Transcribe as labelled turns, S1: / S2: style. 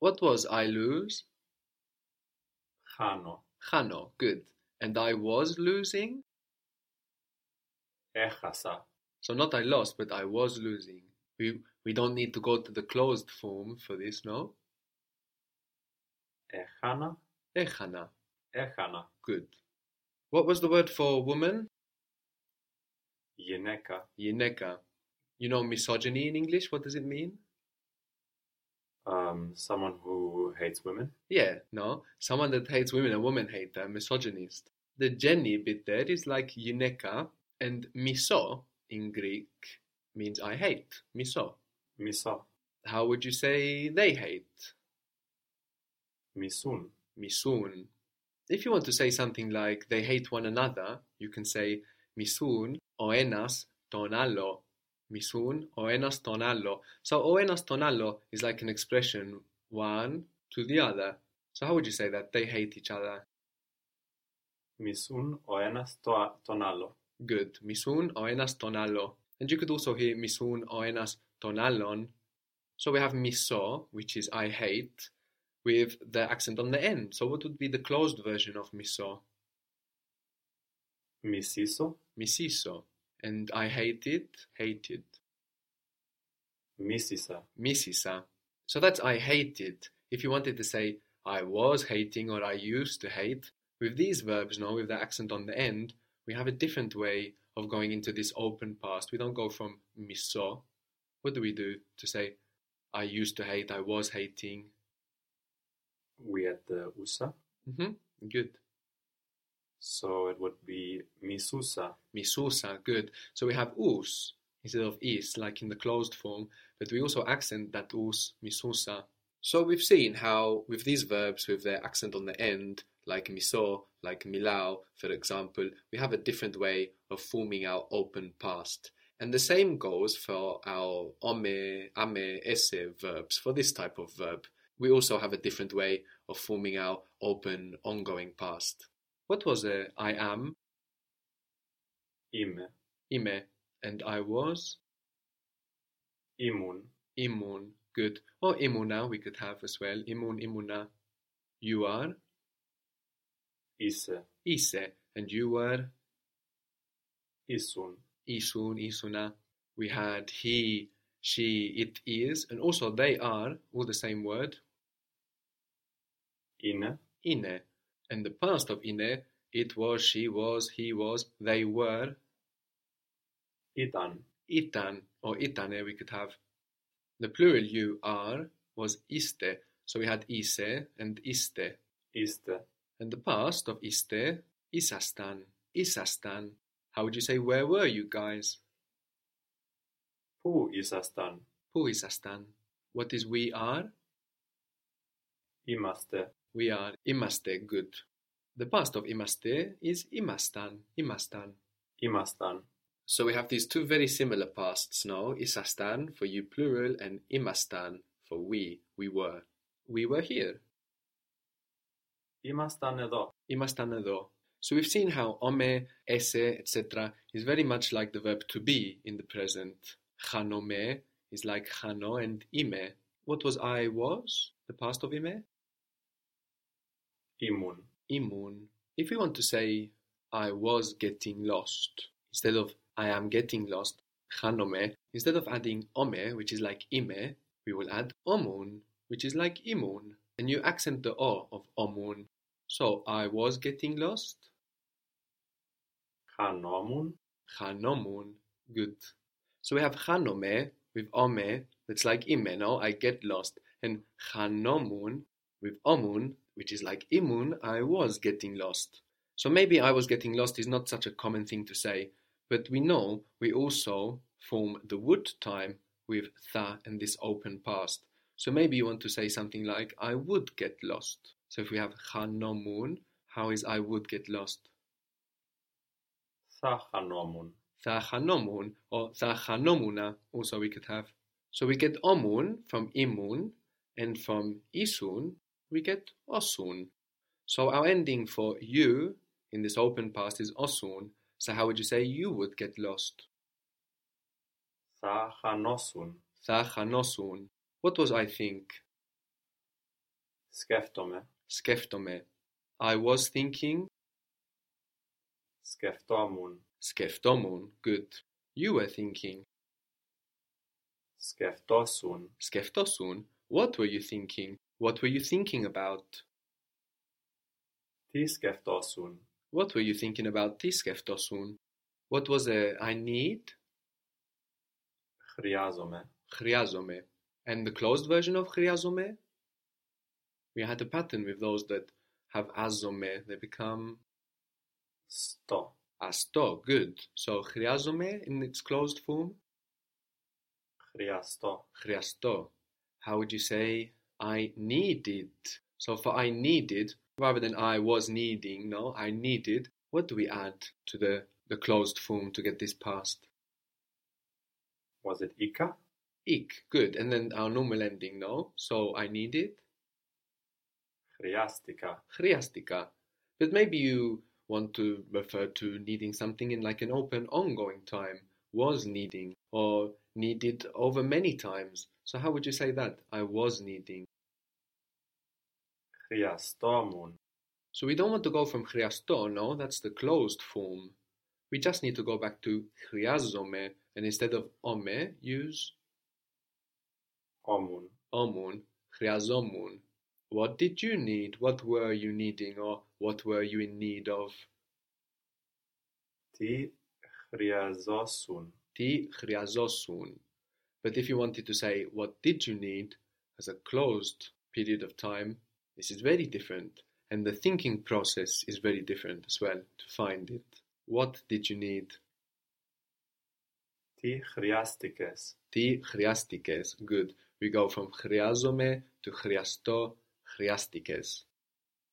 S1: What was I lose?
S2: Χάνω.
S1: Χάνω. Good. And I was losing?
S2: Έχασα.
S1: So not I lost, but I was losing. We we don't need to go to the closed form for this, no?
S2: Έχανα.
S1: Έχανα.
S2: Έχανα.
S1: Eh, Good. What was the word for woman?
S2: Γυναίκα.
S1: Yineka. You know misogyny in English? What does it mean?
S2: Um, someone who hates women.
S1: Yeah, no. Someone that hates women, a woman hater, misogynist. The Jenny bit there is like Yineka, and miso in Greek means I hate. Miso.
S2: Μισώ.
S1: How would you say they hate?
S2: Μισούν.
S1: Misun. If you want to say something like they hate one another, you can say misun o enas ton allo. Misun o enas ton allo. So o enas ton allo is like an expression one to the other. So how would you say that they hate each other?
S2: Μισούν ο ένας το, τον άλλο.
S1: Good. Misun o enas ton allo. And you could also hear misun o enas ton allon. So we have miso, which is I hate, with the accent on the end. So what would be the closed version of miso?
S2: Μισήσω.
S1: Misiso. And I hate it, hated.
S2: Μίσησα.
S1: Misisa. So that's I hated. If you wanted to say I was hating or I used to hate, with these verbs now, with the accent on the end, we have a different way of going into this open past. We don't go from miso. What do we do to say I used to hate, I was hating?
S2: Διατούσα.
S1: hmm Good.
S2: So it would be μισούσα.
S1: Misusa, good. So we have us instead of is, like in the closed form, but we also accent that us, misusa. So we've seen how, with these verbs with their accent on the end, like miso, like milao, for example, we have a different way of forming our open past. And the same goes for our ome, ame, esse verbs, for this type of verb. We also have a different way of forming our open, ongoing past. What was a I am
S2: Είμαι.
S1: Ime. And I was
S2: Ήμουν.
S1: Imun. Good. Or Imuna we could have as well. Imun, Imuna. You are
S2: Είσαι.
S1: Ise. And you were
S2: Ήσουν.
S1: Isun, Isuna. We had he, she, it is. And also they are, all the same word,
S2: Είναι.
S1: Ine. And the past of Ine, it was, she was, he was, they were,
S2: Ήταν.
S1: itan or itane we could have the plural you are was iste so we had ise and iste
S2: Είστε.
S1: and the past of iste, isastan, isastan. How would you say, where were you guys?
S2: Πού ήσασταν.
S1: Who isastan? What is we are?
S2: Είμαστε.
S1: We are imaste, good. The past of imaste is imastan, imastan.
S2: Ήμασταν.
S1: So we have these two very similar pasts now, isastan for you plural and imastan for we, we were. We were here.
S2: Ήμασταν εδώ.
S1: Imastan edo. So we've seen how ome, esse, etc. is very much like the verb to be in the present. Chanome is like chano and ime. What was I was? The past of ime?
S2: Ήμουν.
S1: Imun. If we want to say I was getting lost, instead of I am getting lost, chanome, instead of adding ome, which is like ime, we will add omun, which is like imun. And you accent the o of omun. So I was getting lost.
S2: Χανόμουν.
S1: Chanomun. Good. So we have chanome with ome, that's like ime, no? I get lost. And chanomun with omun, which is like imun, I was getting lost. So maybe I was getting lost is not such a common thing to say, but we know we also form the would time with tha and this open past. So maybe you want to say something like, I would get lost. So if we have chanomun, how is I would get lost?
S2: Θα χανόμουν.
S1: Thachanomun or Thachanomuna also we could have. So we get omun from imun and from isun we get osun. So our ending for you in this open past is osun. So how would you say you would get lost?
S2: Θα χανώσουν.
S1: Thachanosun. What was I think?
S2: Σκέφτομαι.
S1: Σκέφτομαι. I was thinking.
S2: Σκεφτόμουν.
S1: Σκεφτόμουν. Good. You were thinking.
S2: Σκεφτόσουν.
S1: Σκεφτόσουν. What were you thinking? What were you thinking about?
S2: Τι σκεφτόσουν.
S1: What were you thinking about? Τι σκεφτόσουν. What was the I need?
S2: Χρειάζομαι.
S1: χρειάζομαι. And the closed version of χρειάζομαι, we had a pattern with those that have άζομαι. They become
S2: Στο.
S1: αστό. Good. So χρειάζομαι in its closed form,
S2: Χρειαστώ.
S1: χρειαστώ. How would you say I needed? So for I needed, rather than I was needing, no, I needed. What do we add to the, the closed form to get this past?
S2: Was it Ica?
S1: Ik. Good. And then our normal ending, no? So I needed.
S2: Χρειάστηκα.
S1: χρειάστηκα. But maybe you want to refer to needing something in like an open, ongoing time, was needing, or needed over many times. So how would you say that? I was needing.
S2: Χρειαστόμουν.
S1: So we don't want to go from χρειαστώ, no, that's the closed form. We just need to go back to χρειάζομαι, and instead of ome, use
S2: Όμουν.
S1: omun, χρειαζόμουν. What did you need? What were you needing? Or what were you in need of?
S2: Τι χρειαζόσουν.
S1: τι χρειαζόσουν. But if you wanted to say what did you need as a closed period of time, this is very different. And the thinking process is very different as well to find it. What did you need?
S2: Τι χρειάστηκες.
S1: Τι χρειάστηκες. Good. We go from χρειάζομαι to χρειαστώ, χρειάστηκες.